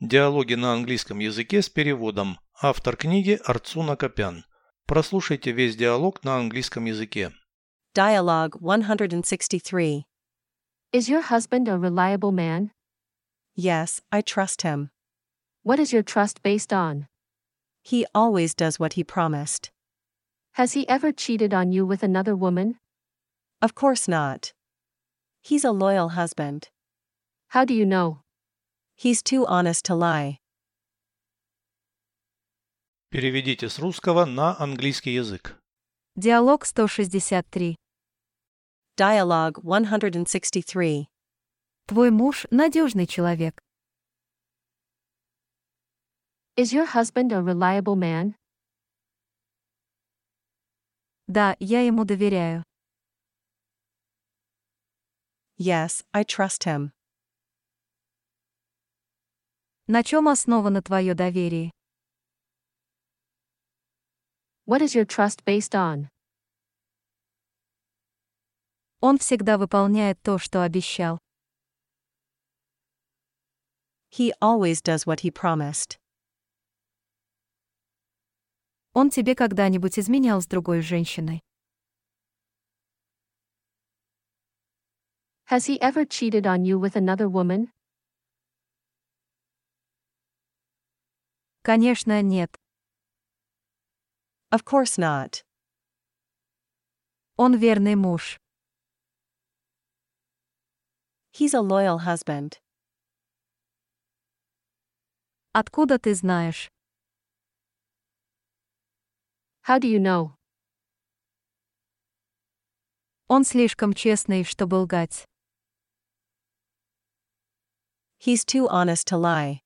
Диалоги на английском языке с переводом. Автор книги Арцуна Копян. Прослушайте весь диалог на английском языке. Dialogue 163. Is your husband a reliable man? Yes, I trust him. What is your trust based on? He always does what he promised. Has he ever cheated on you with another woman? Of course not. He's a loyal husband. How do you know? He's too honest to lie. Переведите с русского на английский язык. Диалог 163. Dialogue 163. Твой муж – надежный человек. Is your husband a reliable man? Да, я ему доверяю. Yes, I trust him. На чем основано твое доверие? What is your trust based on? Он всегда выполняет то, что обещал. He always does what he promised. Он тебе когда-нибудь изменял с другой женщиной? Has he ever cheated on you with another woman? Конечно, нет. Of course not. Он верный муж. He's a loyal husband. Откуда ты знаешь? How do you know? Он слишком честный, чтобы лгать. He's too honest to lie.